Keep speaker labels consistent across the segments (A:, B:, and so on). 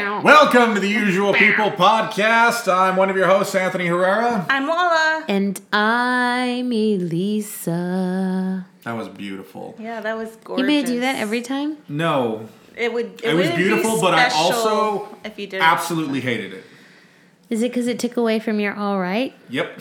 A: Welcome to the Usual People Podcast. I'm one of your hosts, Anthony Herrera.
B: I'm Lala.
C: And I'm Elisa.
A: That was beautiful.
B: Yeah, that was gorgeous.
C: You may do that every time.
A: No,
B: It would. It,
A: it was
B: would be
A: beautiful, but I
B: special
A: also
B: if you did it all the
A: absolutely hated it.
C: Is it because it took away from your all right?
A: Yep.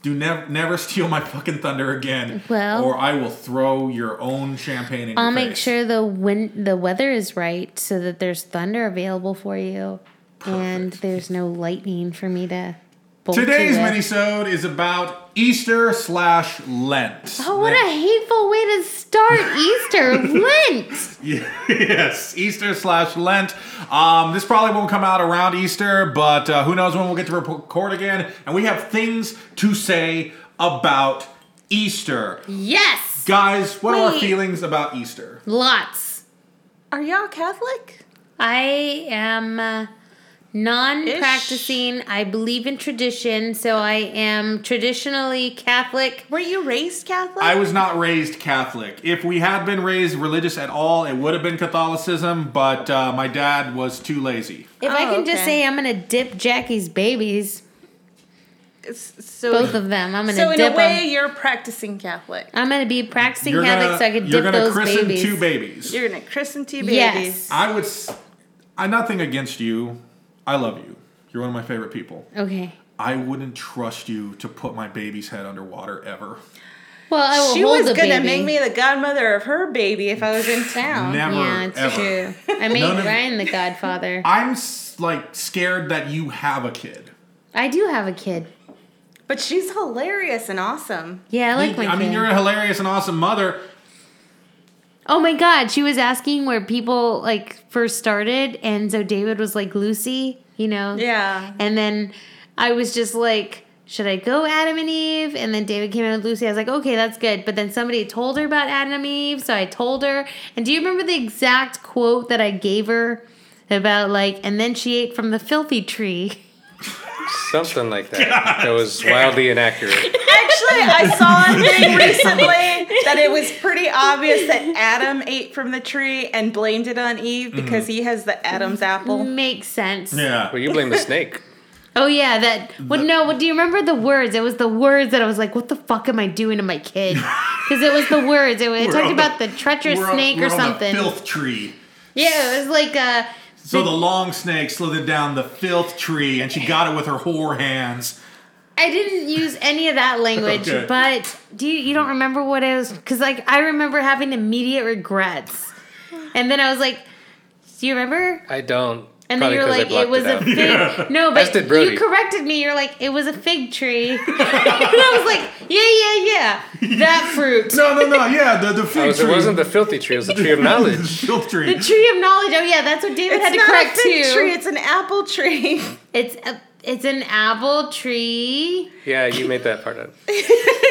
A: Do never never steal my fucking thunder again,
C: Well-
A: or I will throw your own champagne in
C: I'll
A: your
C: make
A: face.
C: sure the win- the weather is right so that there's thunder available for you, and
A: Perfect.
C: there's no lightning for me to. bolt you
A: Today's
C: with.
A: minisode is about Easter slash Lent.
C: Oh, what a hateful way to start Easter Lent.
A: yes, Easter slash Lent. Um, this probably won't come out around Easter, but uh, who knows when we'll get to record again. And we have things to say about Easter.
C: Yes,
A: Guys, what are our
B: Wait.
A: feelings about Easter?
C: lots.
B: Are y'all Catholic?
C: I am uh, non-practicing. I believe in tradition, so I am traditionally Catholic.
B: Were you raised Catholic?
A: I was not raised Catholic. If we had been raised religious at all, it would have been Catholicism, but uh, my dad was too lazy.
C: If I
B: Oh,
C: can just
B: okay.
C: say I'm gonna dip Jackie's babies,
B: S- so
C: both of them. I'm gonna
B: so in
C: dip
B: a way,
C: 'em.
B: you're practicing Catholic.
C: I'm gonna be practicing
A: You're
C: Catholic
A: gonna,
C: so I can
A: you're
C: dip
A: gonna
C: those
A: christen
C: babies.
A: two babies.
B: You're gonna christen two babies.
C: Yes.
A: I would. s- I nothing against you. I love you. You're one of my favorite people.
C: Okay.
A: I wouldn't trust you to put my baby's head underwater ever.
C: Well, I will
B: She
C: hold
B: was
C: the
B: gonna
C: baby.
B: make me the godmother of her baby if I was in town.
A: Never,
C: yeah, Oh, it's
A: ever.
C: true. I made
A: None of-
C: Ryan the Godfather.
A: I'm s- like scared that you have a kid.
C: I do have a kid.
B: But she's hilarious and awesome.
C: Yeah, I like my
A: I
C: kid.
A: mean, you're a hilarious and awesome mother.
C: Oh my God, she was asking where people like first started, and so David was like Lucy, you know.
B: Yeah.
C: And then I was just like, should I go Adam and Eve? And then David came out with Lucy. I was like, okay, that's good. But then somebody told her about Adam and Eve, so I told her. And do you remember the exact quote that I gave her about like, and then she ate from the filthy tree?
D: Something like that. that was wildly inaccurate.
B: Actually, I saw a thing recently that it was pretty obvious that Adam ate from the tree and blamed it on Eve because
A: Mm-hmm.
B: he has the Adam's apple.
C: Makes sense.
A: Yeah.
D: Well, you blame the snake.
C: Oh yeah, that. Well, no. Well, do you remember the words? It was the words that I was like, "What the fuck am I doing to my kid?" Because it was the words. It, was, it
A: We're
C: talked
A: on
C: about the, treacherous
A: We're on-
C: snake
A: we're
C: or
A: on the
C: something.
A: filth tree.
C: Yeah, it was like uh
A: So the long snake slithered down the filth tree, and she got it with her whore hands.
C: I didn't use any of that language,
A: Okay.
C: but do you, you don't remember what I was? Because like I remember having immediate regrets, and then I was like, "Do you remember?"
D: I don't.
C: And
D: Probably
C: then you're
D: 'cause I
C: like, "It
D: blocked
C: was a
D: out.
C: fig." No,
D: As
C: but
D: did Brody.
C: you corrected me. You're like, "It was a fig tree," and I was like, "Yeah, yeah, yeah, that fruit."
A: No, no, no. Yeah, the the
D: It,
A: fig
D: was,
A: tree.
D: it wasn't the filthy tree. It was the tree of
A: the
D: knowledge.
A: filth tree.
C: The tree of knowledge. Oh yeah, that's what David
B: It's
C: had to
B: not
C: correct
B: a fig
C: too.
B: tree; it's an apple tree.
C: It's a, it's an apple tree.
D: Yeah, you made that part up.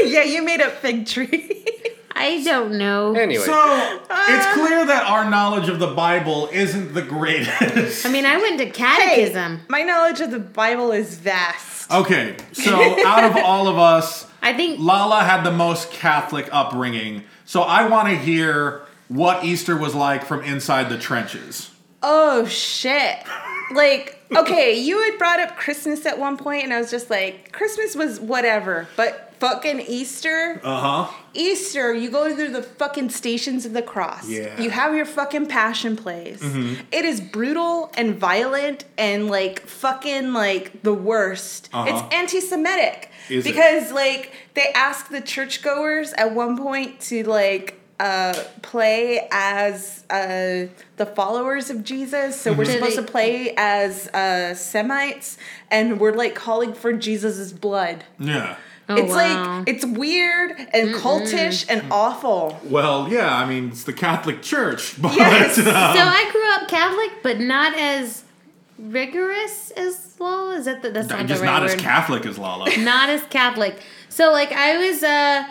B: yeah, you made up fig tree.
C: I don't know.
D: Anyway,
A: So it's clear that our knowledge of the Bible isn't the greatest.
C: I mean, I went to catechism.
B: My knowledge of the Bible is vast.
A: Okay, so out of all of us,
C: I think
A: Lala had the most Catholic upbringing. So I want to hear what Easter was like from inside the trenches.
B: Oh shit. Like, okay, you had brought up Christmas at one point, and I was just like, Christmas was whatever, but fucking Easter.
A: Uh huh.
B: Easter, you go through the fucking stations of the cross.
A: Yeah. Mm-hmm.
B: You have your fucking passion plays. It is brutal and violent and like fucking like the worst.
A: Uh-huh.
B: It's anti-Semitic.
A: Is it?
B: because like they ask the churchgoers at one point to like uh, play as uh, the followers of Jesus. So we're
A: Mm-hmm.
C: Mhm.
B: supposed to
C: Did they-
B: play as uh, Semites and we're like calling for Jesus' blood
A: Yeah.
C: Oh,
B: it's
C: wow.
B: like it's weird and cultish
A: Hmm.
B: and awful.
A: Well, yeah, I mean, it's the Catholic Church, but
B: Yes.
A: uh,
C: so. I grew up Catholic, but not as rigorous as well. Is that the, that's not
A: just
C: the right
A: not
C: word?
A: as Catholic as Lala.
C: not as Catholic. So like I was uh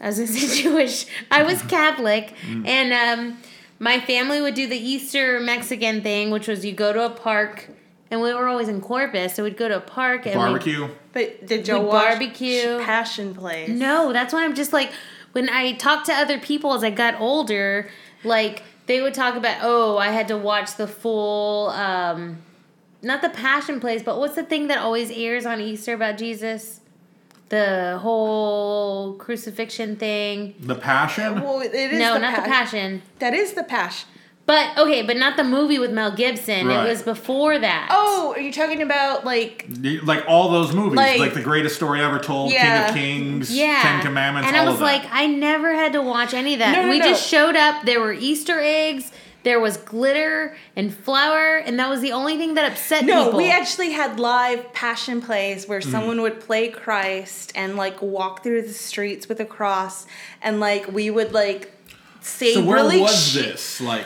C: I was gonna say Jewish. I was Catholic and um my family would do the Easter Mexican thing, which was you go to a park and we were always in Corpus, so we'd go to a park and we'd-
A: Barbecue.
B: But did you
C: We
B: watch
C: barbecue.
B: passion plays?
C: no, that's why I'm just like when I talked to other people as I got older, like they would talk about, oh, I had to watch the full um not the passion plays, but what's the thing that always airs on Easter about Jesus? The whole crucifixion thing.
A: The Passion.
B: Well, it is
C: no,
B: the
C: not the
B: pas-
C: passion.
B: That is the passion.
C: But okay, but not the movie with Mel Gibson.
A: Right.
C: It was before that.
B: Oh, are you talking about like
A: Like all those movies, like,
B: Like-
A: the greatest story ever told,
B: Yeah.
A: King of Kings,
C: Yeah.
A: Ten Commandments.
C: And
A: all
C: I was
A: of that.
C: like, I never had to watch any of that.
B: No, no,
C: we
B: no.
C: just showed up. There were Easter eggs. There was glitter and flour, and that was the only thing that upset
B: No,
C: people.
B: we actually had live passion plays where
A: Mm.
B: someone would play Christ and like walk through the streets with a cross, and like we would like say
A: so where
B: really.
A: was
B: sh-
A: this? Like,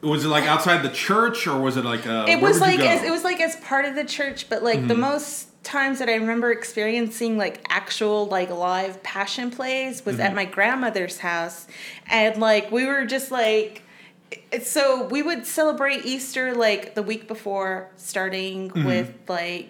A: was it like outside the church, or was it like? Uh, where
B: It
A: would
B: was
A: you
B: like
A: go? Mm-hmm.
B: as, it was like as part of the church, but like the most times that I remember experiencing like actual like live passion plays was
A: Mm-hmm.
B: at my grandmother's house, and like we were just like. it- So we would celebrate Easter like the week before, starting
A: Mm-hmm.
B: with like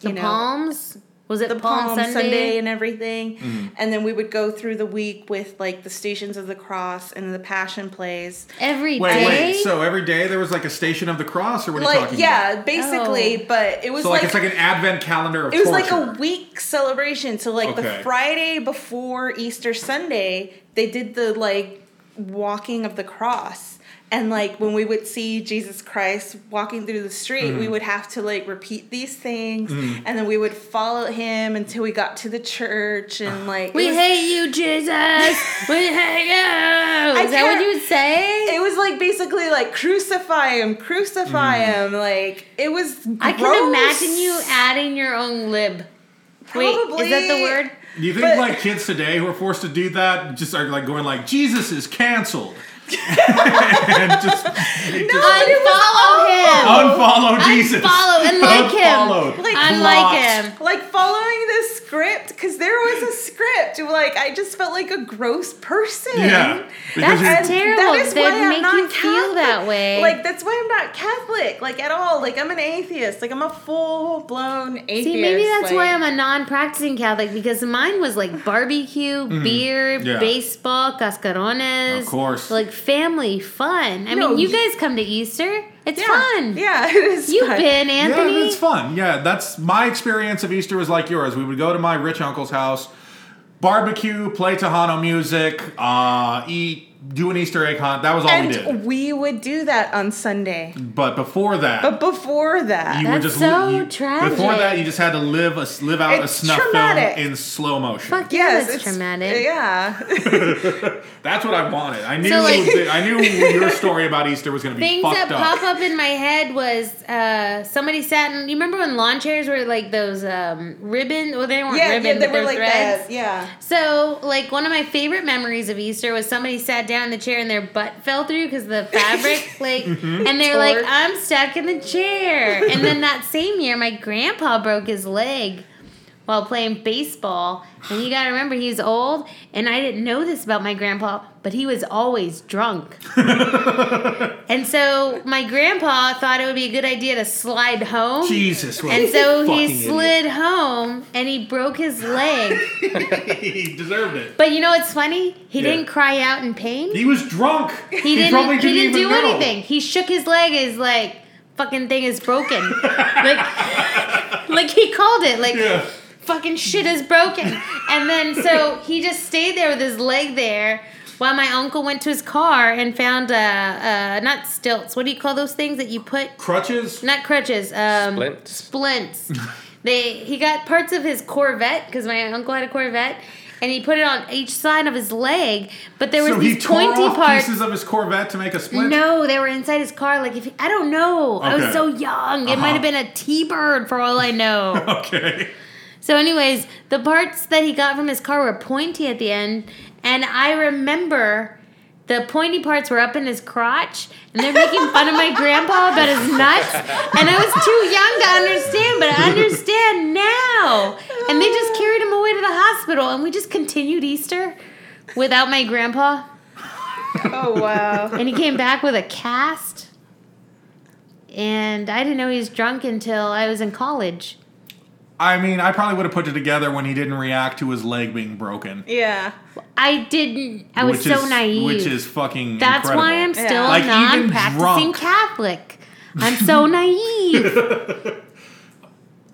C: the
B: you know,
C: palms. Was it
B: the
C: Palm, Sunday?
B: and everything.
A: Mm-hmm.
B: And then we would go through the week with like the Stations of the Cross and the Passion plays.
C: Every day.
A: Wait, wait. So every day there was like a Station of the Cross, or what are you
B: Like
A: talking
B: yeah,
A: about?
B: basically,
C: Oh.
B: but it was
A: So like,
B: like,
A: it's like an Advent calendar of
B: it was
A: torture.
B: like a week celebration. So like
A: Okay.
B: the Friday before Easter Sunday, they did the like walking of the cross. And like when we would see Jesus Christ walking through the street,
A: Mm-hmm.
B: we would have to like repeat these things, and then we would follow him until we got to the church. And like it
C: We
B: was-
C: hate you, Jesus. we hate you. Is that what
B: can't-
C: you would say?
B: it was like basically like crucify him, crucify him. Like it was.
C: I can
B: gross.
C: imagine you adding your own lib. Wait, is that the
B: Probably-
C: word?
A: Do you think
B: But-
A: like kids today who are forced to do that just are like going like Jesus is canceled and just, they just
C: Unfollow him.
A: unfollow Oh, Jesus,
C: Unfollow and like him.
A: Unfollowed.
B: Like,
C: Unlike
A: Blocked.
C: him.
B: Like following the script because there was a script. Like I just felt like a gross person.
A: Yeah, because
C: That's
A: you're-
C: terrible. They make you feel that way.
B: Like that's why I'm not Catholic, like at all. Like I'm an atheist. Like I'm a full blown atheist.
C: See, maybe that's
B: like-
C: why I'm a non-practicing Catholic because mine was like barbecue, beer,
A: Mm-hmm. Yeah.
C: baseball, cascarones,
A: Of course.
C: like family fun. I
B: No,
C: mean, you
B: you-
C: guys come to Easter; it's
B: yeah.
C: fun.
B: Yeah, it is.
C: You've
B: fun.
C: been Anthony.
A: Yeah, it's fun. Yeah, that's my experience of Easter was like yours. We would go to my rich uncle's house, barbecue, play Tejano music, uh, eat, do an Easter egg hunt. That was all we did.
B: And we would do that on Sunday.
A: But before that,
B: But before that,
A: you would
C: That's
A: just
C: so
A: you- Before that,
C: tragic.
A: you just had to live a s- live out a
B: It's
A: snuff
B: traumatic.
A: film in slow motion.
C: Fuck yeah,
B: yes,
C: that's
B: it's
C: traumatic.
B: Yeah,
A: That's what I wanted. I knew
C: So, like-
A: that- I knew your story about Easter was going to be
C: Things
A: fucked
C: that
A: up.
C: pop up in my head was uh, somebody sat in. You remember when lawn chairs were like those um, ribbon? Well, they weren't
B: yeah,
C: ribbon,
B: yeah. They
C: but
B: were
C: they're
B: like
C: threads.
B: that. Yeah.
C: So, like, one of my favorite memories of Easter was somebody sat down in the chair and their butt fell through because the fabric, like,
A: Mm-hmm.
C: and they're like,
B: Torn.
C: I'm stuck in the chair. And then that same year, my grandpa broke his leg while playing baseball. And you gotta remember, he's old, and I didn't know this about my grandpa, but he was always drunk. and so, my grandpa thought it would be a good idea to slide home.
A: Jesus. what
C: And
A: a
C: so he
A: fucking idiot.
C: slid home and he broke his leg.
A: he deserved it.
C: But you know what's funny? He
A: Yeah.
C: didn't cry out in pain. He,
A: He was drunk. He,
C: didn't.
A: probably
C: He
A: didn't, even
C: didn't do
A: know.
C: anything. He shook his leg. His like fucking thing is broken. like, like he called it. Like
A: Yeah.
C: fucking shit is broken. And then so he just stayed there with his leg there while my uncle went to his car and found uh, uh not stilts. What do you call those things that you put?
A: Crutches.
C: Not crutches. Um,
D: Splints.
C: splints. they he got parts of his Corvette because my uncle had a Corvette, and he put it on each side of his leg. But there was
A: so he
C: these
A: tore
C: pointy
A: off
C: parts.
A: pieces of his Corvette to make a split.
C: No, they were inside his car. Like if he, I don't know, I
A: Okay.
C: was so young. It might
A: Uh-huh.
C: have been a T-bird for all I know.
A: Okay.
C: so, anyways, the parts that he got from his car were pointy at the end, and I remember. The pointy parts were up in his crotch, and they're making fun of my grandpa about his nuts. And I was too young to understand, but I understand now. And they just carried him away to the hospital, and we just continued Easter without my grandpa.
B: Oh wow.
C: And he came back with a cast. And I didn't know he was drunk until I was in college.
A: I mean, I probably would have put it together when he didn't react to his leg being broken.
B: yeah.
C: I didn't. I was
A: which
C: so
A: is,
C: naive.
A: Which is fucking.
C: That's why I'm
A: incredible.
C: still
B: Yeah.
A: Like,
C: a
A: even
C: non-practicing
A: drunk.
C: Catholic. I'm so naive.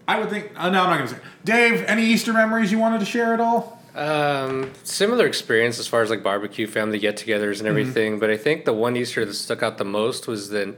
A: I would think. Uh, no, I'm not going to say. Dave, any Easter memories you wanted to share at all?
D: Um, similar experience as far as like barbecue family get togethers and everything, but I think the one Easter that stuck out the most was that,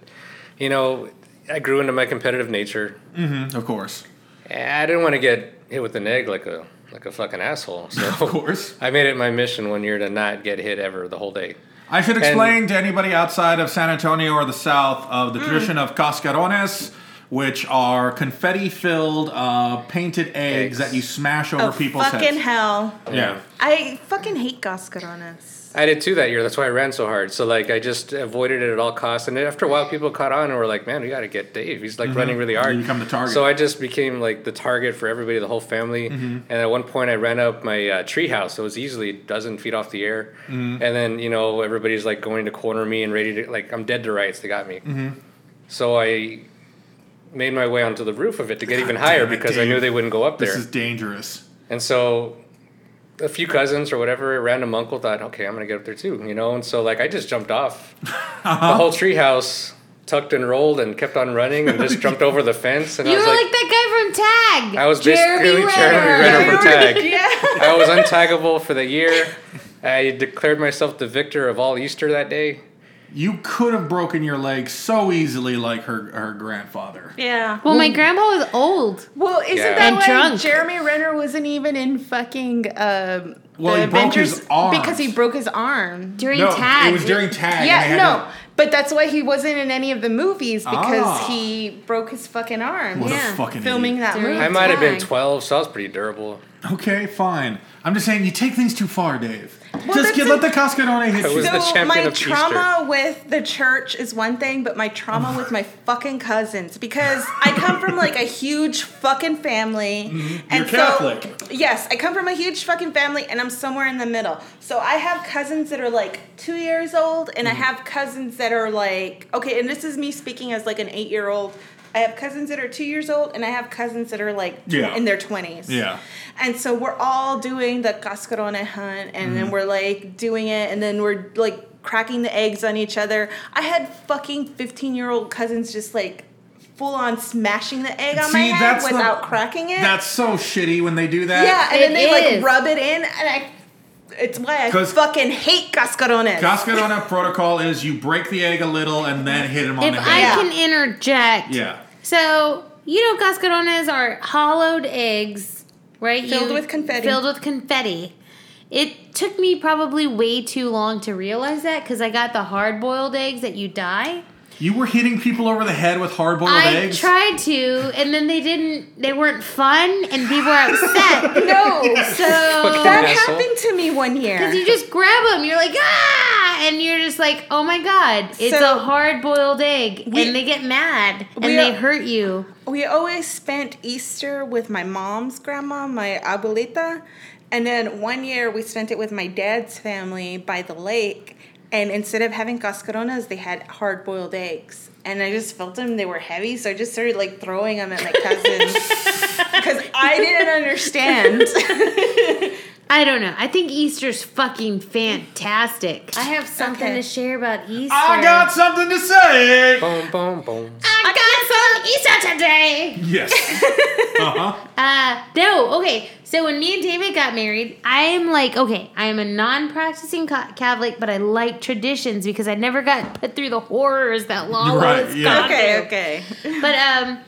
D: you know, I grew into my competitive nature.
A: Mm-hmm. Of course.
D: I didn't want to get hit with an egg like a like a fucking asshole. So
A: Of course.
D: I made it my mission one year to not get hit ever the whole day.
A: I should explain to anybody outside of San Antonio or the South of the tradition of cascarones, which are confetti-filled, uh, painted eggs,
D: Eggs.
A: that you smash over
B: Oh,
A: people's
B: fucking
A: heads.
B: hell.
A: Yeah.
B: I fucking hate Gascarones.
D: I did too that year. That's why I ran so hard. So like I just avoided it at all costs. And then after a while, people caught on and were like, "Man, we got to get Dave. He's like running really hard."
A: Mm-hmm. You become the target.
D: So I just became like the target for everybody, the whole family.
A: Mm-hmm.
D: And at one point, I ran up my uh, treehouse. It was easily a dozen feet off the air.
A: Mm-hmm.
D: And then you know everybody's like going to corner me and ready to like I'm dead to rights. They got me.
A: Mm-hmm.
D: So I made my way onto the roof of it to get even higher
A: damn it,
D: because I
A: Dave.
D: knew they wouldn't go up there.
A: This is dangerous.
D: And so a few cousins or whatever, a random uncle thought, okay, I'm going to get up there too, you know? And so, like, I just jumped off the whole treehouse, tucked and rolled, and kept on running and just jumped over the fence. And
C: You
D: I
C: were
D: was
C: like,
D: like,
C: that guy from Tag.
D: I was basically Jeremy Renner for tag.
B: Yeah.
D: I was untaggable for the year. I declared myself the victor of all Easter that day.
A: You could have broken your leg so easily, like her her grandfather.
B: Yeah.
C: Well, my grandpa was old.
B: Well, isn't
D: Yeah.
B: that
C: And
B: why
C: drunk.
B: Jeremy Renner wasn't even in fucking um,
A: Well,
B: the
A: he broke his
B: Avengers
A: arms.
B: because he broke his arm?
C: During
A: No,
C: Tag.
A: it was during tag. and
B: yeah,
A: they had
B: no,
A: to-
B: but that's why he wasn't in any of the movies because
A: Ah.
B: he broke his fucking arm.
A: What a
B: yeah,
A: fucking
B: filming
A: idiot.
B: that
C: During-
D: I
B: movie.
D: might have been
C: Tag.
D: 12, so I was pretty durable.
A: Okay, fine. I'm just saying you take things too far, Dave. just
B: that's
A: get,
B: a-
A: let the cascarone hit
D: I
A: you.
D: was- the
B: So
D: champion
B: my
D: of Easter.
B: trauma with the church is one thing, but my trauma with my fucking cousins because I come from like a huge fucking family, and
A: Mm-hmm. You're Catholic.
B: so yes, I come from a huge fucking family, and I'm somewhere in the middle. So I have cousins that are like two years old, and I
A: Mm-hmm.
B: have cousins that are like okay, and this is me speaking as like an eight year old. I have cousins that are two years old, and I have cousins that are like tw-
A: Yeah.
B: in their twenties.
A: Yeah.
B: And so we're all doing the cascarone hunt, and
A: Mm-hmm.
B: then we're like doing it, and then we're like cracking the eggs on each other. I had fucking 15 year old cousins just like full on smashing the egg on my
A: See,
B: head
A: that's the-
B: without cracking it.
A: That's so shitty when they do that.
B: yeah, and then
C: It
B: they
C: is.
B: like rub it in, and I. It's why I
A: 'Cause-
B: fucking hate cascarones.
A: Cascarone protocol is you break the egg a little and then hit him on
C: If
A: the
C: I
A: head.
B: Yeah.
C: can interject.
A: yeah.
C: So, you know, cascarones are hollowed eggs, right?
B: Filled
C: You-
B: with confetti.
C: Filled with confetti. It took me probably way too long to realize that because I got the hard boiled eggs that you dye.
A: You were hitting people over the head with hard boiled
C: I
A: eggs.
C: tried to, and then they didn't, they weren't fun, and people were upset.
B: no,
C: So,
B: Oh, that
D: Asshole.
B: happened to me one year.
C: Because you just grab them, you're like ah, and you're just like, oh my god, it's
B: So-
C: a hard boiled egg,
B: We-
C: and they get mad and
B: we
C: they
B: are-
C: hurt you.
B: We always spent Easter with my mom's grandma, my abuelita, and then one year we spent it with my dad's family by the lake. And instead of having cascarones, they had hard boiled eggs. And I just felt them; they were heavy, so I just started like throwing them at my cousins because I didn't understand.
C: I don't know. I think Easter's fucking fantastic. I have something
B: Okay.
C: to share about Easter.
A: I got something to say.
D: Boom, boom, boom.
C: I got some Easter today.
A: Yes. uh huh.
C: Uh, no, okay. So when me and David got married, I am like, okay, I am a non-practicing ca- Catholic, but I like traditions because I never got put through the horrors that Lala
A: Right,
C: was
A: yeah.
C: gone
B: okay,
C: through.
B: okay.
C: But um,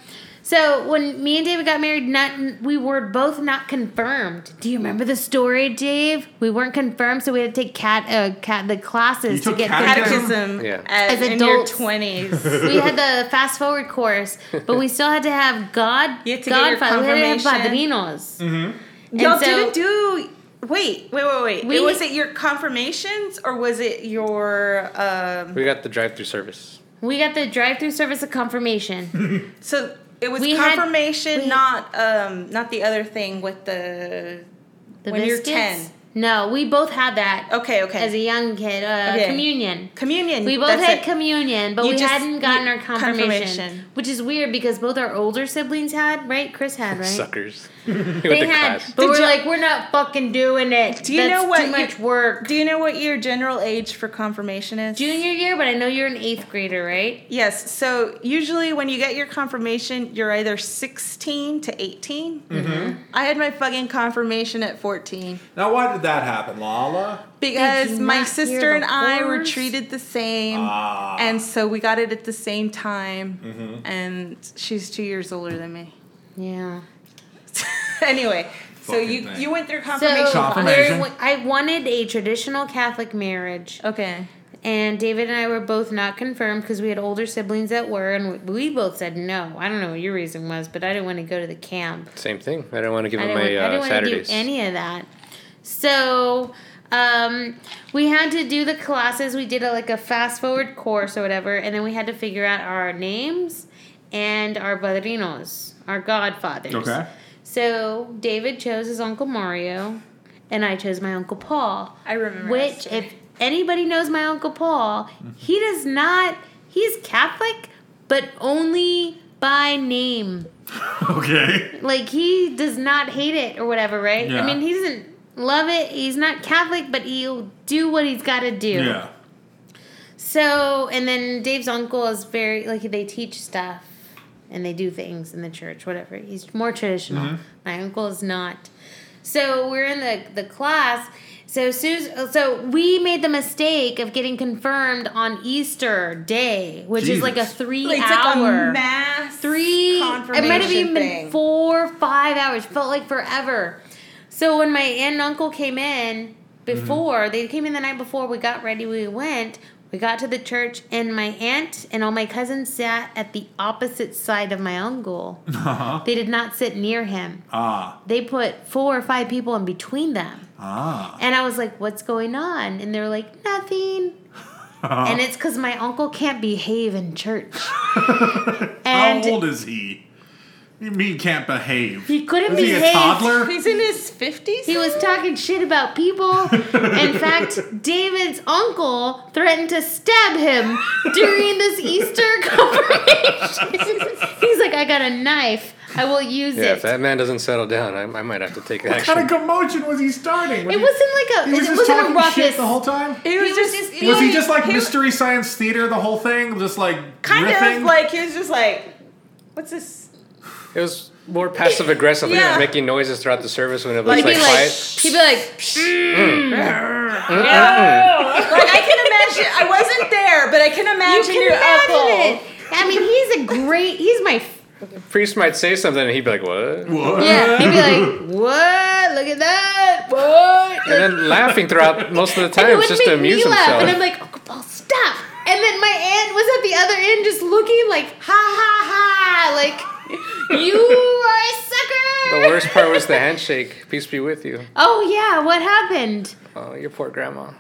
C: so when me and David got married, not we were both not confirmed. Do you remember the story, Dave? We weren't confirmed, so we had to take cat uh, cat the
A: You
C: classes to
A: took
C: get
A: catechism?
C: confirmed.
B: Catechism
D: Yeah.
B: as,
C: As
B: in your
C: adults.
B: twenties.
C: We had the fast forward course, but we still had to have God
B: You had to get your
C: Godfather. We had to have
B: confirmation.
C: padrinos. And
B: Y'all
C: so-
B: didn't do. Wait, wait, wait, wait.
C: We-
B: was it your confirmations or was it your? Um,
D: We got the drive-through service.
C: We got the drive-through service of confirmation.
B: so it was
C: We had-
B: confirmation,
C: we-
B: not um, not the other thing with the
C: The
B: when
C: biscuits?
B: you're ten.
C: No, we both had that.
B: Okay, okay.
C: As a young kid, uh,
B: Okay.
C: communion.
B: communion.
C: We both
B: that's
C: had
B: it.
C: communion, but
B: You
C: we
B: just-
C: hadn't gotten
B: you-
C: our confirmation,
B: confirmation.
C: which is weird because both our older siblings had, right? Chris had, right?
D: Suckers. He went
C: They
D: to
C: had,
D: class.
C: but
B: Did
C: we're
B: you-
C: like, we're not fucking doing it.
B: Do you
C: That's
B: know what
C: Too
B: you-
C: much work.
B: Do you know what your general age for confirmation is?
C: Junior year, but I know you're an eighth grader, right?
B: Yes. So usually when you get your confirmation, you're either 16 to 18.
C: Mm-hmm.
B: I had my fucking confirmation at 14
A: Now, why did that happen, Lala?
B: because
C: you
B: my
C: not hear
B: sister
C: the
B: and I were
C: horse?
B: treated the same.
A: Ah. Mm-hmm.
B: And so we got it at the same time. And she's two years older than me.
C: Yeah.
B: anyway, so
A: Fucking
B: you,
A: thing.
B: you went through confirmation.
C: So
A: Confirmation.
C: there- I wanted a traditional Catholic marriage,
B: okay.
C: and David and I were both not confirmed because we had older siblings that were, and we we both said no. I don't know what your reason was, but I didn't want to go to the camp.
D: Same thing. I don't want to give
C: I
D: him
C: didn't,
D: my
C: want, I
D: uh,
C: didn't want to do
D: Saturdays.
C: any of that. So um, we had to do the classes. We did a, like a fast forward course or whatever, and then we had to figure out our names and our padrinos, our godfathers.
A: Okay.
C: So David chose his uncle Mario, and I chose my uncle Paul.
B: I remember that
C: Which,
B: story.
C: if anybody knows my uncle Paul,
D: Mm-hmm.
C: he does not. He's Catholic, but only by name
A: Okay.
C: like he does not hate it or whatever, right?
A: Yeah.
C: I mean, he doesn't love it. He's not Catholic, but he'll do what he's got to do.
A: Yeah.
C: So, and then Dave's uncle is very like they teach stuff and they do things in the church, whatever. He's more traditional.
A: Mm-hmm.
C: My uncle is not. So we're in the the class. So Sus so we made the mistake of getting confirmed on Easter Day, which is like a
A: Jesus.
C: three
B: Like, it's like
C: hour
B: a mass
C: three it might have
B: confirmation
C: even
B: thing.
C: been four five hours felt like forever so when my aunt and uncle came in before
A: Mm-hmm.
C: they came in the night before we got ready we went we got to the church and my aunt and all my cousins sat at the opposite side of my uncle
A: Uh-huh.
C: they did not sit near him
A: Ah.
C: they put four or five people in between them
A: Ah.
C: and i was like what's going on and they're like nothing and it's because my uncle can't behave in church
A: How
C: and
A: old is he? You mean he can't behave?
C: He couldn't
A: Is he a
C: behave.
A: toddler?
B: He's in his 50s?
C: He was talking shit about people. In fact, David's uncle threatened to stab him during this Easter confirmation. He's like, I got a knife. I will use
D: Yeah,
C: it.
D: if that man doesn't settle down, I, I might have to take
A: What kind of
D: action.
A: commotion was he starting? Was
C: it
A: he-
C: wasn't like a.
A: He was
C: it
A: just
C: wasn't a
A: talking shit
C: ruckus.
A: the whole time.
B: He was,
C: was
B: just,
C: just-
A: Was he
C: Yeah,
A: just like
B: he-
A: mystery science theater the whole thing? Just like
B: kind
A: riffing?
B: of like he was just like, what's this?
D: It was more passive aggressive, like
B: Yeah.
D: making noises throughout the service when it was
C: He'd
D: like,
C: be like,
D: quiet.
C: he'd be like,
B: Like I can imagine. I wasn't there, but I can
C: you
B: imagine
C: can
B: your
C: imagine it.
B: uncle.
C: I mean, he's a great. He's my.
D: Priest might say something, and he'd be like, "What?"
A: What?
C: Yeah, he'd be like, what? Look at that, boy.
D: And then laughing throughout most of the
C: And it
D: time
C: would
D: just to
C: make me
D: amuse
C: laugh, and I'm
D: himself.
C: like, Uncle Paul, stop! And then my aunt was at the other end, just looking like, ha ha ha, like you are a sucker.
D: The worst part was the handshake. Peace be with you.
C: Oh yeah, what happened?
D: Oh, your poor grandma.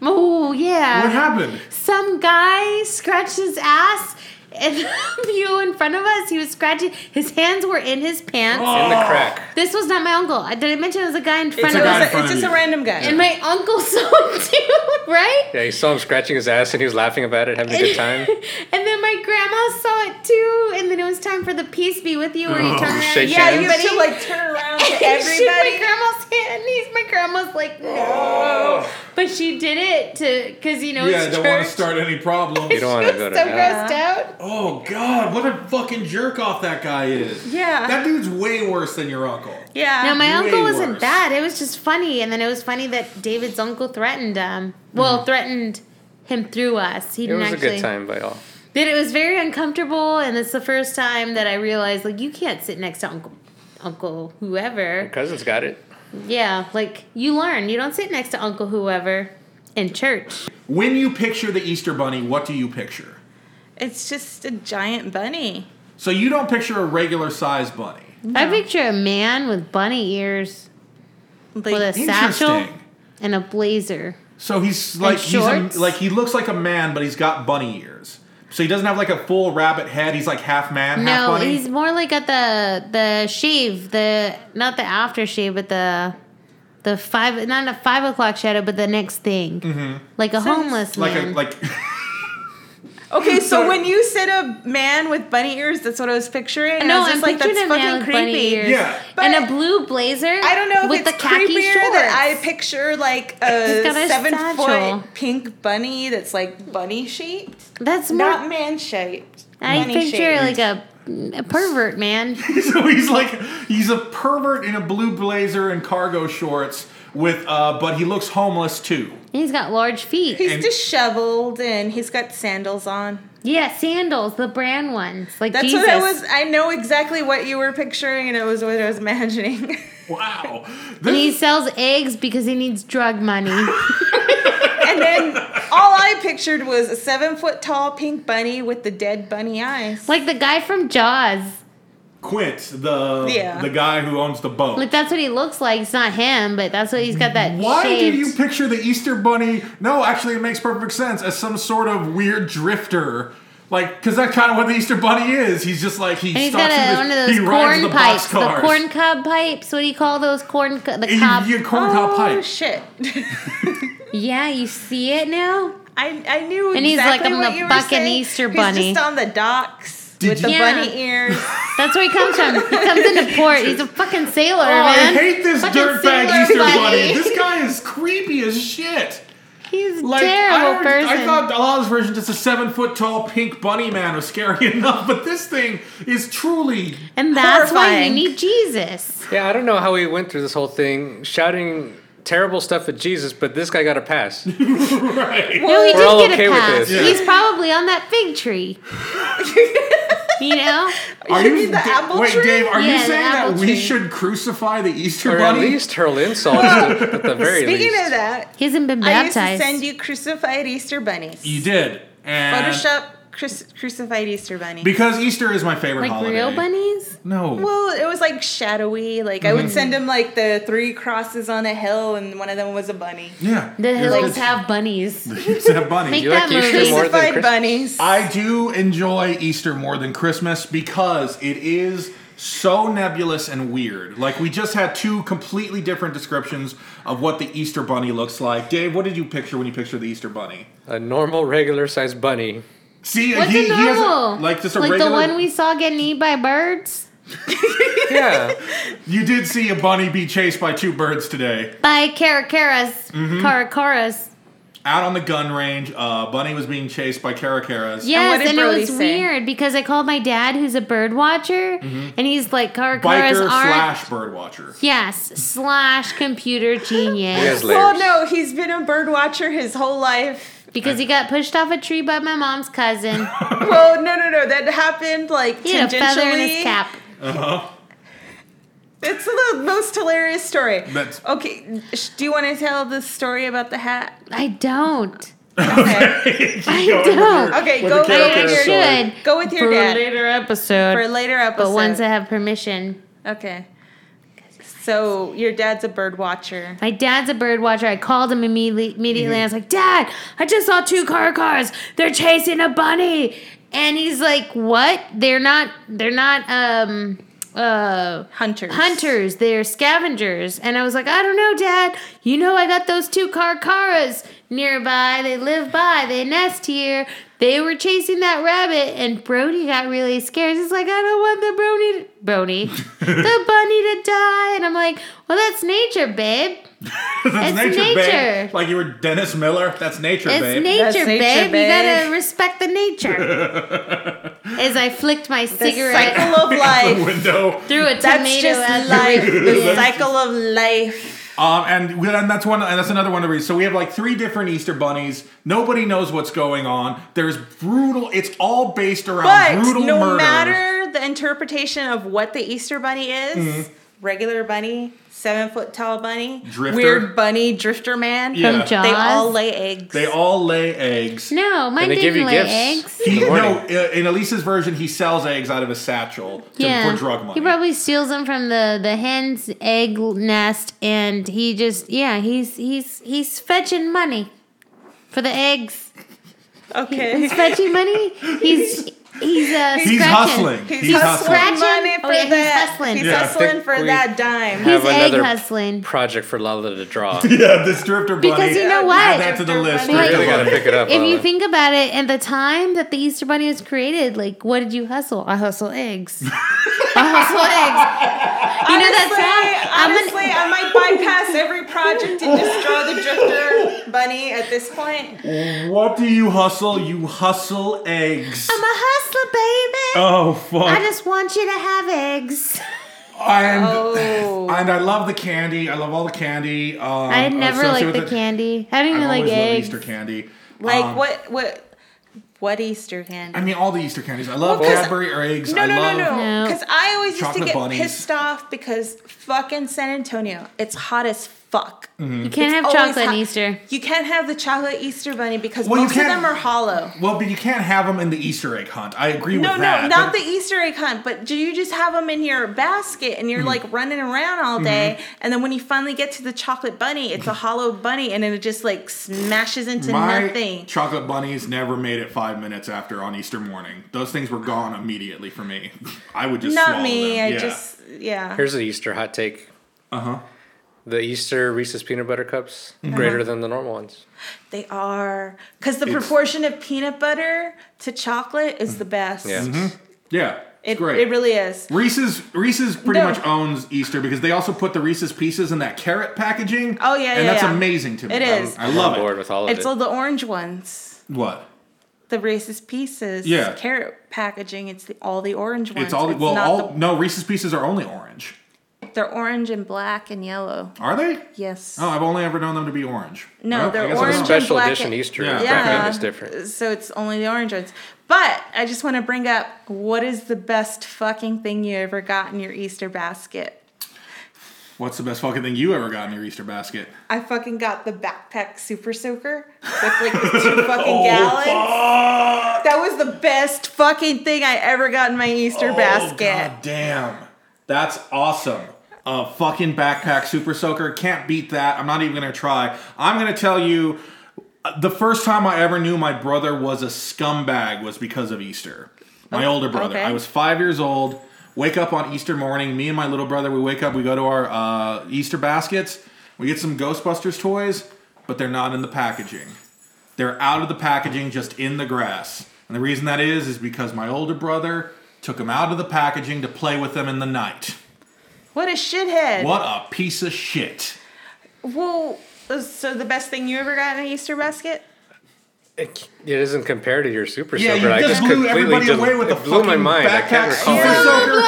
C: Oh yeah,
A: What happened?
C: some guy scratched his ass. And the pew in front of us, he was scratching. His hands were in his pants.
A: Oh.
D: In the crack.
C: This was not my uncle. I- Did I mention it was a guy in front
A: a
C: of
A: guy in
C: us?
B: It's,
A: front of
B: just
A: you.
B: a random guy.
C: And my uncle saw it too, right?
D: Yeah, you saw him scratching his ass, and he was laughing about it, having a good time.
C: and then my grandma saw it too, and then it was time for the peace be with you, where you
A: Oh,
C: turn around. and
D: shake
B: yeah,
D: hands.
B: you should like turn around to
C: and uh, she shook my
B: everybody.
C: grandma's hand. and he's- My grandma's like, no, but she did it to because you know
A: Oh, Yeah, I
C: it's
A: don't
C: church.
A: want to start any
C: She
A: problems.
D: You don't want
C: was
D: to go to
C: so
D: hell.
C: grossed out.
A: oh God, what a fucking jerk off that guy is.
B: Yeah.
A: That dude's way worse than your uncle.
B: Yeah.
C: No, my
A: Way
C: uncle wasn't
A: worse.
C: bad. It was just funny, and then it was funny that David's uncle threatened um, well, threatened him through us. He
D: Mm. It
C: didn't
D: was a
C: actually.
D: good time by all.
C: But it was very uncomfortable, and it's the first time that I realized like you can't sit next to uncle, uncle whoever.
D: Cousins got it.
C: Yeah, like you learn. You don't sit next to Uncle Whoever in church.
A: When you picture the Easter Bunny, what do you picture?
B: it's just a giant bunny.
A: So you don't picture a regular size bunny.
C: I picture a man with bunny ears
B: Like,
C: with a satchel
A: Interesting.
C: and a blazer.
A: So he's like he's a,
C: shorts?
A: like he looks like a man, but he's got bunny ears. So he doesn't have like a full rabbit head. He's like half man, half
C: No,
A: bunny.
C: he's more like at the the shave, the not the aftershave, but the the five, not a five o'clock shadow, but the next thing,
B: Mm-hmm.
C: like a homeless
A: Like a
C: man.
A: like
B: Okay, so when you said a man with bunny ears, that's what I was picturing. and I
C: no,
B: was
C: I'm
B: just like,
C: picturing
B: that's
C: a man
B: fucking
C: with bunny
B: creepy.
C: ears
A: Yeah.
C: and
B: But
C: a blue blazer.
B: I don't know if
C: with
B: it's
C: the khaki
B: creepier
C: shorts.
B: that I picture like a,
C: got a
B: seven
C: satchel.
B: foot pink bunny that's like bunny shaped,
C: That's more.
B: not man shaped.
C: I
B: bunny
C: picture
B: shaped.
C: like a, a pervert man.
A: so he's like he's a pervert in a blue blazer and cargo shorts with uh but he looks homeless too.
C: He's got large feet.
B: He's
A: And-
B: disheveled and he's got sandals on.
C: yeah, sandals, the brand ones, like
B: That's
C: Jesus.
B: what I was. I know exactly what you were picturing, and it was what I was imagining.
A: Wow.
C: And he
A: This,
C: sells eggs because he needs drug money.
B: and then all I pictured was a seven foot tall pink bunny with the dead bunny eyes.
C: like the guy from Jaws.
A: Quint, the
B: Yeah.
A: the guy who owns the boat.
C: Like that's what he looks like. It's not him, but that's what he's got that.
A: Why
C: shaved-
A: do you picture the Easter Bunny? No, actually, it makes perfect sense as some sort of weird drifter. Like, because that's kind of what the Easter Bunny is. He's just like, he
C: And he's got
A: stops
C: a,
A: in
C: one
A: the,
C: of those
A: he rides
C: corn
A: the
C: pipes,
A: boxcars.
C: the corn cob pipes. What do you call those corn? Co- the
A: You-
C: cob.
A: you corn cob
B: oh
A: pipe.
B: shit!
C: yeah, you see it now.
B: I I knew
C: And he's like,
B: exactly
C: "I'm
B: what
C: the
B: you were
C: fucking
B: saying.
C: Easter
B: He's
C: bunny."
B: just on the docks
A: Did
B: with
A: you-
B: the
C: Yeah.
B: bunny ears.
C: That's where he comes from. He comes into port. He's a fucking sailor,
A: Oh, I
C: man.
A: hate this
C: Fucking
A: dirtbag
C: sailor
A: Easter bunny.
C: bunny.
A: This guy is creepy as shit.
C: He's a
A: Like,
C: terrible
A: I,
C: person.
A: I thought Allah's version, just a seven foot tall pink bunny man, was scary enough, but this thing is truly.
C: and that's why you
B: horrifying.
C: need Jesus.
D: Yeah, I don't know how he went through this whole thing shouting terrible stuff at Jesus, but this guy got a pass.
A: Right.
C: No, he
D: We're
C: did
D: all
C: get
D: okay
C: a
D: with
C: pass.
D: this. Yeah.
C: He's probably on that fig tree. you know?
A: Are
B: mean the
A: Da-
B: apple
A: Wait,
B: tree?
A: Dave, are
C: Yeah,
A: you
C: the
A: saying that
C: apple
A: we
C: tree.
A: should crucify the Easter
D: or at
A: bunny?
D: least hurl insults at at the very
B: Speaking
D: least.
B: of that,
C: He hasn't been
B: I used
C: baptized.
B: to send you crucified Easter bunnies.
A: You did. And
B: Photoshop cruci- crucified Easter bunny.
A: Because Easter is my favorite
C: like
A: holiday.
C: real bunnies?
A: No.
B: well, it was like shadowy. Like I would send him like the three crosses on a hill, and one of them was a bunny.
A: yeah.
C: The
A: It's-
C: hills
A: it's-
C: have bunnies.
A: it's a bunny.
C: Make
D: You like
C: that
D: Easter
C: movie.
D: more than
B: Crucified
D: Christmas?
B: bunnies.
A: I do enjoy Easter more than Christmas because it is so nebulous and weird. Like we just had two completely different descriptions of what the Easter bunny looks like. Dave, what did you picture when you picture the Easter bunny?
D: a normal, regular sized bunny.
A: See,
C: What's
A: he,
C: a
A: he has
C: normal?
A: a, like just a regular.
C: the one we saw getting eaten by birds?
D: Yeah.
A: you did see a bunny be chased by two birds today
C: By caracaras. Caracaras.
A: out on the gun range. Uh, bunny was being chased by caracaras.
C: Yes,
B: did
C: and, it
B: Brody
C: was
B: say?
C: weird because I called my dad, who's a bird watcher, and he's like, caracaras
A: Biker
C: aren't.
A: slash bird watcher.
C: Yes, slash computer
D: He has
C: genius.
B: Well,
D: layers.
B: no, he's been a bird watcher his whole life.
C: because he got pushed off a tree by my mom's cousin.
B: Well, no, no, no, that happened like
C: He had a
B: tangentially.
C: feather in his cap.
A: Uh-huh.
B: It's the most hilarious story.
A: That's-
B: okay. sh- Do you want to tell the story about the hat?
C: I don't.
B: Okay,
C: I
A: Going with
C: don't.
A: your-
B: Okay,
A: with
B: go
A: the
B: with your
A: caracaras.
C: I
B: Okay,
C: should.
B: go with your
C: For
B: dad.
C: a later episode.
B: for a later episode.
C: but once I have permission.
B: okay. So your dad's a bird watcher.
C: My dad's a bird watcher. I called him immediately. Immediately, I was like, "Dad, I just saw two car cars. They're chasing a bunny." And he's like, "What? They're not. They're not um uh
B: Hunters.
C: hunters. They're scavengers." And I was like, "I don't know, Dad. You know, I got those two car cars nearby. They live by. They nest here. They were chasing that rabbit, and Brody got really scared. He's like, "I don't want the Brony, Brony, the bunny to die." And I'm like, "Well, that's nature, babe."
A: That's
C: It's
A: nature,
C: nature.
A: babe. Like you were Dennis Miller. That's nature,
C: It's
A: babe.
B: That's
C: nature,
B: nature,
C: babe.
B: babe.
C: You gotta respect the nature. As I flicked my
B: The
C: cigarette
B: cycle of
A: the
B: life.
A: window.
C: through a
B: That's
C: tomato
B: just
C: at
B: life. The cycle of life.
A: Um, and we- and that's one. And that's another one of the reasons. So we have like three different Easter bunnies. Nobody knows what's going on. There's brutal. It's all based around
B: But
A: brutal
B: no
A: murder.
B: matter the interpretation of what the Easter bunny is, regular bunny, seven foot tall bunny,
A: Mm-hmm. Drifter.
B: weird bunny, drifter man,
A: Yeah.
C: from Jaws.
B: they all lay eggs.
A: They all lay eggs.
C: no, mine
D: And they give
C: didn't
D: you
C: lay
D: gifts.
C: eggs.
A: He,
D: In the morning.
A: no, i- in Elisa's version, he sells eggs out of his satchel to,
C: Yeah,
A: for drug money.
C: he probably steals them from the the hen's egg nest, and he just yeah, he's he's he's fetching money for the eggs.
B: okay.
C: He's fetching money. He's he's uh,
A: He's
C: scratching.
A: hustling.
B: He's,
A: He's
B: hustling
A: hustling.
B: money for
C: Oh, yeah, he's
B: that.
C: hustling.
B: He's
A: Yeah.
B: hustling
D: Think
B: for
D: we
B: that dime.
C: He's
D: Have
C: egg
D: another
C: hustling.
D: project for Lala to draw.
A: yeah, this drifter bunny.
C: Because you know
B: Yeah,
C: what?
A: Add that to the
B: Drifter
A: list.
B: bunny.
C: Like-
A: Drifter
D: really gotta
A: bunny.
D: pick it up.
C: If you
D: Lala.
C: think about it, at the time that the Easter Bunny was created, like, what did you hustle? I hustle eggs. I hustle eggs. You know
B: honestly,
C: that song?
B: honestly, I might bypass every project and just draw the drifter bunny at this point.
A: What do you hustle? You hustle eggs.
C: I'm a hustler, baby.
A: Oh fuck!
C: I just want you to have eggs.
A: and,
B: Oh.
A: and I love the candy. I love all the candy. Um,
C: I never
A: associated
C: liked
A: with
C: the
A: it.
C: candy. I don't
A: I've
C: even like
A: always loved
C: eggs.
A: Easter candy.
B: Like
A: Um,
B: what? What? What Easter candy?
A: I mean, all the Easter candies. I love
B: Well, 'cause-
A: Cadbury or eggs.
B: no,
A: I
B: no,
A: love,
B: no, no,
C: No.
B: Because I always used to
A: Chocolate
B: get
A: bunnies.
B: pissed off because fucking San Antonio, it's hot as fuck.
C: You can't have
B: Always
C: chocolate in
B: hot.
C: Easter.
B: You can't have the chocolate Easter bunny because
A: Well, you
B: most of
A: can't-
B: them are hollow.
A: Well, but you can't have them in the Easter egg hunt. I agree
B: No,
A: with
B: no,
A: that.
B: not
A: but-
B: the Easter egg hunt, but do you just have them in your basket and you're
A: Mm-hmm.
B: like running around all day? And then when you finally get to the chocolate bunny, it's a hollow bunny and then it just like smashes into
A: My
B: nothing.
A: chocolate bunnies never made it five minutes after on Easter morning. Those things were gone immediately for me. I would just
B: Not
A: swallow
B: me.
A: them.
B: I
A: yeah.
B: just, yeah.
D: Here's the Easter hot take.
A: uh huh.
D: The Easter Reese's peanut butter cups greater than the normal ones.
B: They are. Because the
A: It's-
B: proportion of peanut butter to chocolate is the best.
D: Yeah.
A: Yeah, Mm-hmm. it's
B: It,
A: great.
B: it really is.
A: Reese's Reese's pretty
B: No.
A: much owns Easter because they also put the Reese's pieces in that carrot packaging.
B: Oh, yeah,
A: and
B: yeah,
A: that's
B: yeah.
A: amazing to me.
B: It
A: I-
B: is.
A: I,
D: I'm
A: love
D: on board
A: it.
D: with all of
B: It's
D: it.
B: all the orange ones,
A: What?
B: the Reese's Pieces,
A: Yeah.
B: carrot packaging. It's the, all the orange ones.
A: It's all well,
B: not
A: all no Reese's pieces are only orange.
B: the- they're orange and black and yellow.
A: Are they?
B: Yes.
A: Oh, I've only ever known them to be orange.
B: No,
A: Well,
B: they're
A: I guess I
B: orange
A: don't
D: a
B: and
A: know.
D: special
B: black
D: edition
B: and-
D: Easter
A: Yeah.
D: yeah.
A: Yeah.
D: is different.
B: So it's only the orange ones. But I just want to bring up what is the best fucking thing you ever got in your Easter basket?
A: What's the best fucking thing you ever got in your Easter basket?
B: I fucking got the backpack super soaker with like the two fucking gallons.
A: Oh, fuck!
B: That was the best fucking thing I ever got in my Easter
A: Oh,
B: basket.
A: God damn. That's awesome. A fucking backpack super soaker. Can't beat that. I'm not even going to try. I'm going to tell you uh, the first time I ever knew my brother was a scumbag was because of Easter. My older brother.
B: okay.
A: I was five years old. Wake up on Easter morning. Me and my little brother, we wake up, we go to our uh, Easter baskets. We get some Ghostbusters toys, but they're not in the packaging. They're out of the packaging, just in the grass. And the reason that is, is because my older brother took them out of the packaging to play with them in the night.
B: What a shithead.
A: What a piece of shit.
B: Well, uh, so the best thing you ever got in an Easter basket?
D: It, it isn't compared to your super
A: Yeah,
D: soaker.
A: you
D: I
A: just
D: just
A: blew
D: completely
A: everybody
D: just-
A: away with
D: it
A: the
D: blew my
A: fucking
D: mind. I
A: backpack
D: can't recall
A: super
D: it.
A: soaker.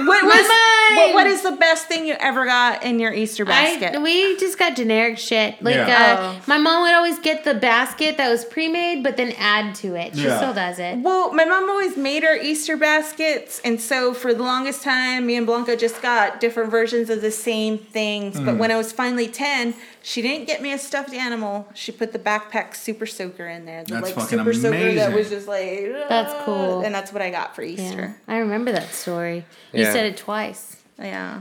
C: Alone.
B: What was what,
C: mine!
B: what is the best thing you ever got in your Easter basket?
C: I, we just got generic shit. Like
A: Yeah.
C: uh,
B: Oh.
C: my mom would always get the basket that was pre-made, but then add to it. She
A: Yeah.
C: still does it.
B: Well, my mom always made our Easter baskets, and so for the longest time, me and Blanca just got different versions of the same things.
A: Mm.
B: But when I was finally ten, she didn't get me a stuffed animal. She put the backpack super soaker in there, the
A: That's
B: like
A: fucking
B: super soaker that
A: amazing.
B: was just like "Ah,"
C: That's cool.
B: and that's what I got for
C: Yeah,
B: Easter.
C: I remember that story. You
D: Yeah.
C: said it twice.
B: Yeah,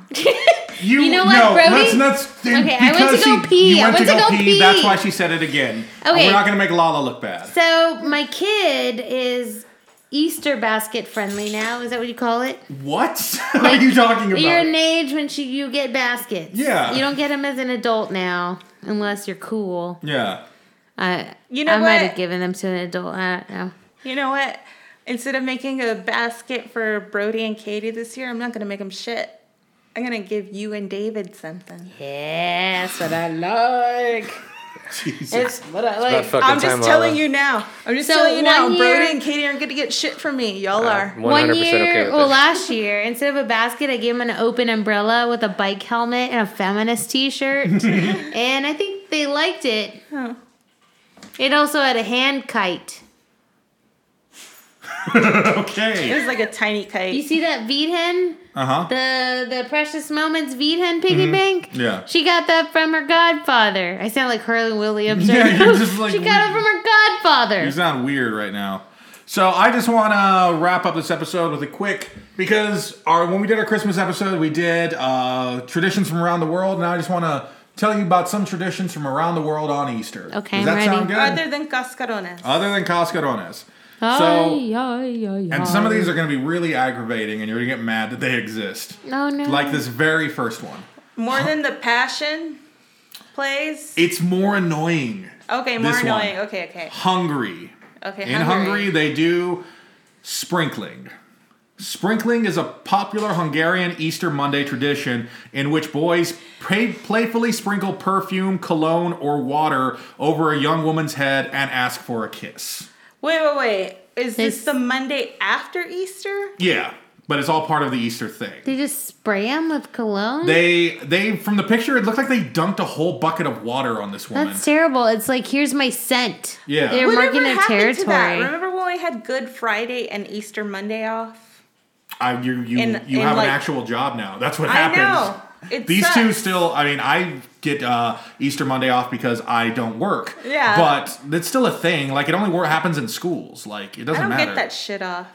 A: You,
C: You know what,
A: no,
C: Brody?
A: Let's, let's,
C: Okay, I went to
A: because
C: go
A: she-
C: pee.
A: You
C: I
A: went, to, go, pee. That's
C: pee.
A: why she said it again. Oh,
C: Okay.
A: We're not going to make Lala look bad.
C: So my kid is Easter basket friendly now. Is that what you call it?
A: What are you talking about?
C: You're an age when she, you get baskets.
A: Yeah.
C: You don't get them as an adult now, unless you're cool.
A: yeah.
C: I
B: You know
C: I might
B: what?
C: have given them to an adult. I don't know.
B: you know what? Instead of making a basket for Brody and Katie this year, I'm not gonna make them shit. I'm gonna give you and David something.
C: Yeah, that's what I like.
A: Jesus.
C: It's what I
D: About
C: like.
D: fucking
B: I'm just
D: time,
B: telling
D: Lala.
B: you now. I'm just
C: So
B: telling you now.
C: one
B: Brody
C: year-
B: and Katie aren't gonna get shit from me. Y'all
A: Uh,
B: are.
D: I'm 100%
C: One year,
D: okay with
C: well,
D: this.
C: last year, instead of a basket, I gave him an open umbrella with a bike helmet and a feminist T-shirt, and I think they liked it.
B: Oh.
C: It also had a hand kite.
B: It
A: Okay.
B: was like a tiny kite.
C: You see that Vedhen,
A: Uh huh.
C: the the Precious Moments Vedhen piggy bank?
A: Yeah.
C: She got that from her godfather. I sound like Harley Williams.
A: Yeah,
C: right
A: you're
C: now.
A: just like-
C: she got it from her godfather.
A: You sound weird right now. So I just want to wrap up this episode with a quick because our when we did our Christmas episode, we did uh, traditions from around the world, and I just want to tell you about some traditions from around the world on Easter.
C: Okay,
A: Does
C: I'm
A: that sound good? Uh,
B: Other than cascarones.
A: Other than cascarones. So-
C: Ay, ay, ay,
A: And some of
C: ay.
A: these are going to be really aggravating, and you're going to get mad that they exist.
C: Oh no.
A: Like this very first one. uh.
B: More than the passion plays.
A: It's more annoying.
B: Okay, more
A: This one.
B: annoying. Okay, okay.
A: Hungry.
B: Okay,
A: In Hungary, they do sprinkling. Sprinkling is a popular Hungarian Easter Monday tradition in which boys pay, playfully sprinkle perfume, cologne, or water over a young woman's head and ask for a kiss.
B: Wait, wait, wait. Is
C: This-
B: this the Monday after Easter?
A: Yeah, but it's all part of the Easter thing.
C: they just spray him with cologne.
A: They they from the picture it looked like they dunked a whole bucket of water on this woman.
C: That's terrible. It's like here's my scent.
A: Yeah.
C: They're marking their
B: happened
C: territory.
B: to that? Remember when we had Good Friday and Easter Monday off?
A: I, you you
B: In-
A: you
B: in,
A: have
B: like-
A: an actual job now. That's what
B: I
A: happens.
B: know. It
A: These
B: sucks.
A: two still. I mean, I get uh, Easter Monday off because I don't work.
B: Yeah.
A: But it's still a thing. Like it only wor- happens in schools. Like it
B: I
A: doesn't
B: don't
A: matter.
B: get that shit off.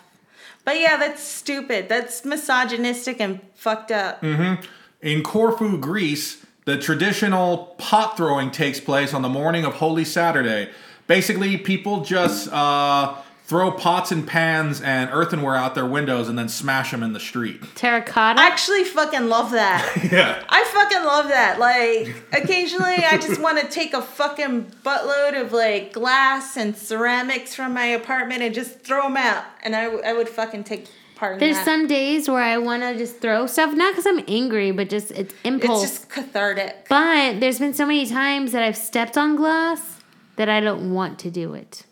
B: But yeah, that's stupid. That's misogynistic and fucked up.
A: Mm-hmm. In Corfu, Greece, the traditional pot throwing takes place on the morning of Holy Saturday. Basically, people just uh, throw pots and pans and earthenware out their windows and then smash them in the street.
C: Terracotta.
B: I actually fucking love that.
A: Yeah.
B: I fucking love that. Like, occasionally I just want to take a fucking buttload of like glass and ceramics from my apartment and just throw them out. And I, w- I would fucking take part in
C: There's
B: that.
C: some days where I want to just throw stuff, not because I'm angry, but just it's
B: it's
C: impulse.
B: just cathartic.
C: but there's been so many times that I've stepped on glass that I don't want to do it.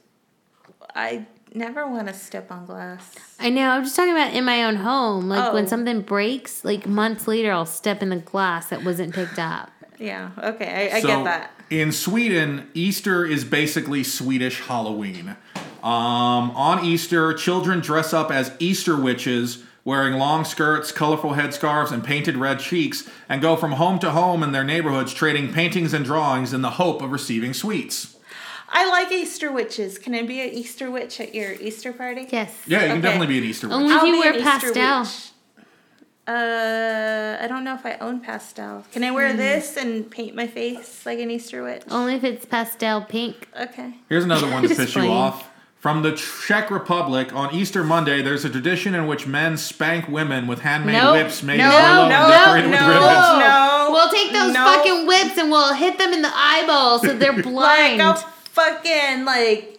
B: I never want to step on glass.
C: I know. I'm just talking about in my own home. Like when
B: Oh.
C: something breaks, like months later, I'll step in the glass that wasn't picked up.
B: Yeah, okay, I, I
A: So,
B: get that.
A: In Sweden, Easter is basically Swedish Halloween. Um, on Easter, children dress up as Easter witches, wearing long skirts, colorful headscarves, and painted red cheeks, and go from home to home in their neighborhoods trading paintings and drawings in the hope of receiving sweets.
B: I like Easter witches. Can I be an Easter witch at your Easter party?
C: Yes.
A: Yeah, you can
B: Okay.
A: definitely be an Easter witch.
C: Only if you
B: be
C: wear
B: an Easter
C: pastel.
B: witch. Uh, I don't know if I own pastel. Can I
C: Hmm.
B: wear this and paint my face like an Easter witch?
C: Only if it's pastel pink.
B: Okay.
A: Here's another one to
C: Just
A: piss you
C: plain.
A: off. From the Czech Republic, on Easter Monday, there's a tradition in which men spank women with handmade
C: Nope.
A: whips made
C: No,
A: of willow
C: no,
A: and decorated with
B: no.
A: ribbons.
B: No.
C: We'll take those
B: No.
C: fucking whips and we'll hit them in the eyeball so they're
B: Like
C: blind.
B: I'll fucking like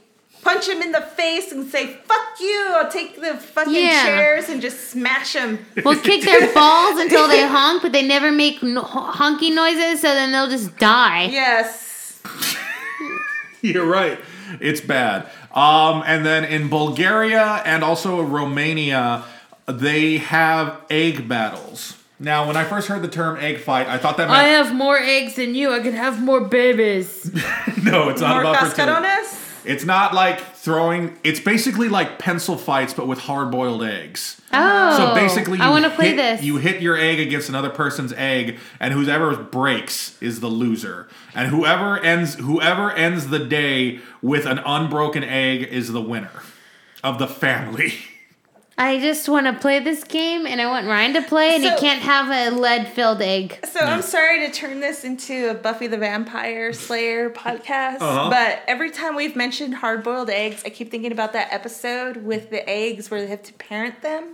B: punch him in the face and say "fuck you." I'll take the fucking
C: Yeah.
B: chairs and just smash him.
C: We'll kick their balls until they honk, but they never make no- honky noises, so then they'll just die.
B: Yes.
A: You're right. It's bad. Um, and then in Bulgaria and also Romania, they have egg battles. Now, when I first heard the term egg fight, I thought that meant
C: have more eggs than you. I can have more babies.
A: no, it's not
B: More
A: about fertility.
B: cascarones.
A: It's not like throwing. It's basically like pencil fights, but with hard-boiled eggs.
C: Oh.
A: So basically,
C: I
A: you
C: want to play
A: hit-
C: this.
A: You hit your egg against another person's egg, and whoever breaks is the loser. And whoever ends whoever ends the day with an unbroken egg is the winner of the family.
C: I just want to play this game, and I want Ryan to play, and he
B: So-
C: can't have a lead-filled egg.
B: So I'm sorry to turn this into a Buffy the Vampire Slayer podcast,
A: Uh-huh.
B: but every time we've mentioned hard-boiled eggs, I keep thinking about that episode with the eggs where they have to parent them.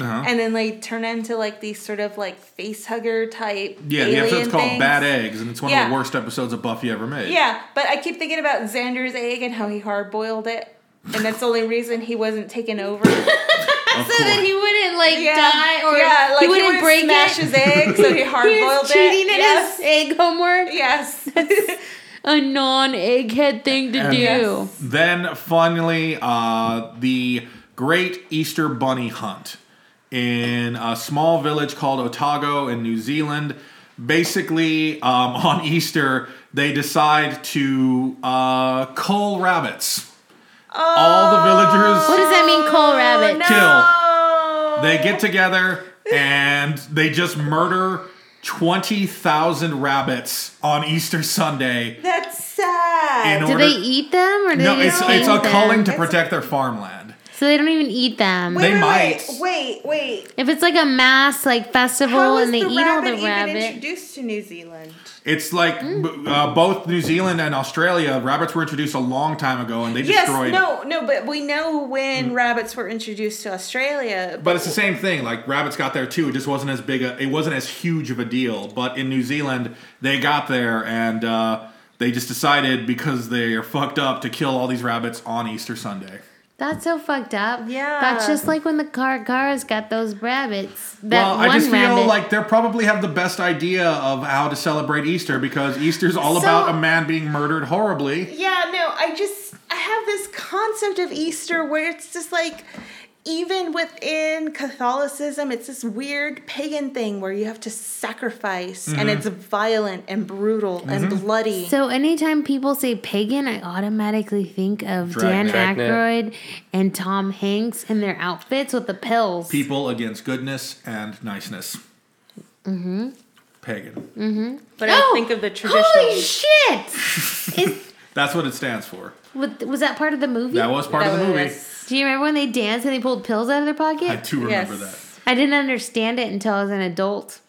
A: Uh-huh.
B: And then they turn into like these sort of like face hugger type.
A: yeah, the
B: alien
A: episode's called
B: things.
A: "Bad Eggs," and it's one of
B: Yeah.
A: the worst episodes of Buffy ever made.
B: Yeah, but I keep thinking about Xander's egg and how he hard boiled it, and that's the only reason he wasn't taken over.
A: of
C: So that
A: course.
C: he wouldn't like die, or
B: yeah, like
C: he wouldn't
B: would
C: break
B: smash
C: it.
B: his egg, so he hard
C: he
B: boiled
C: was
B: it.
C: cheating at
B: yes,
C: his egg homework.
B: yes.
C: A non-egghead thing to do.
B: Yes.
A: Then finally, uh, the Great Easter Bunny Hunt in a small village called Otago in New Zealand. Basically, um, on Easter, they decide to uh, cull rabbits. All the villagers
C: What does that mean,
B: Oh,
C: Cole Rabbit?
A: Kill.
B: No.
A: They get together and they just murder 20,000 rabbits on Easter Sunday.
B: That's
A: In
B: sad.
A: order-
C: Do they eat them, or do
A: no,
C: they
A: it's,
C: just
A: it's a
C: hang them?
A: culling to
B: It's-
A: protect their farmland.
C: So they don't even eat them.
A: They might.
B: Wait, wait.
C: if it's like a mass like festival
B: How was
C: Oh, and they
B: the
C: eat all
B: rabbit
C: the
B: even
C: rabbit,
B: introduced to New Zealand?
A: It's like b- uh, both New Zealand and Australia. Rabbits were introduced a long time ago, and they
B: Yes,
A: destroyed. Mm.
B: no, no, but we know when rabbits were introduced to Australia.
A: But it's the same thing. Like rabbits got there too. It just wasn't as big. A, it wasn't as huge of a deal. But in New Zealand, they got there and uh, they just decided because they are fucked up to kill all these rabbits on Easter Sunday.
C: that's so fucked up.
B: Yeah.
C: that's just like when the car cars got those rabbits. That
A: well,
C: one
A: I just
C: rabbit.
A: feel like they probably have the best idea of how to celebrate Easter because Easter's all
B: So-
A: about a man being murdered horribly.
B: Yeah, no, I just I have this concept of Easter where it's just like even within Catholicism, it's this weird pagan thing where you have to sacrifice
A: Mm-hmm.
B: and it's violent and brutal and bloody.
C: So anytime people say pagan, I automatically think of
A: Dragnet.
C: Dan
D: Dragnet.
C: Aykroyd and Tom Hanks in their outfits with the pills.
A: People against goodness and niceness. Mm-hmm. Pagan.
B: but
C: Oh!
B: I think of the traditional
C: Holy shit! Is,
A: That's what it stands for.
C: was, was that part of the movie?
A: That was part of the
B: That
A: movie.
B: was-
C: Do you remember when they danced and they pulled pills out of their
A: I
C: pocket?
A: do remember
B: Yes.
A: that.
C: I, didn't understand it until I was an adult.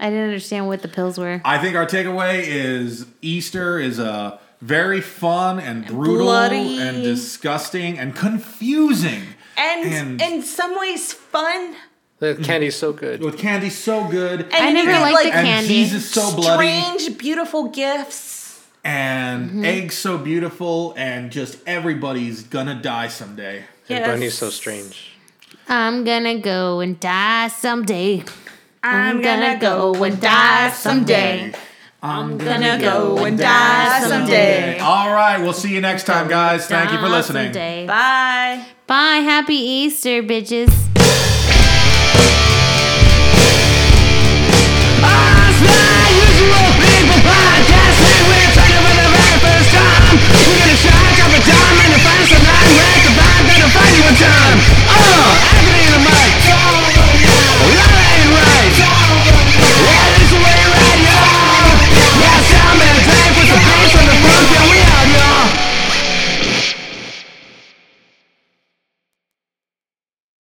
C: I didn't understand what the pills were.
A: I think our takeaway is Easter is a very fun and brutal
B: bloody.
A: and disgusting and confusing.
B: and
A: And-
B: in some ways fun
D: The candy's so good.
A: With candy so good
B: and
C: I
B: you
C: never
B: get,
C: liked the
A: and
C: candy.
A: Jesus so bloody
B: strange, beautiful gifts.
A: and eggs so beautiful and just everybody's gonna die someday.
D: And
B: Yes.
D: Bunny's so strange.
C: I'm gonna go and die someday.
B: I'm
C: gonna go and die someday.
A: I'm
C: gonna go and
B: die someday.
A: All right, we'll see you next time, guys. Thank you for
C: Die
A: listening.
C: someday.
B: Bye.
C: Bye. Happy Easter, bitches.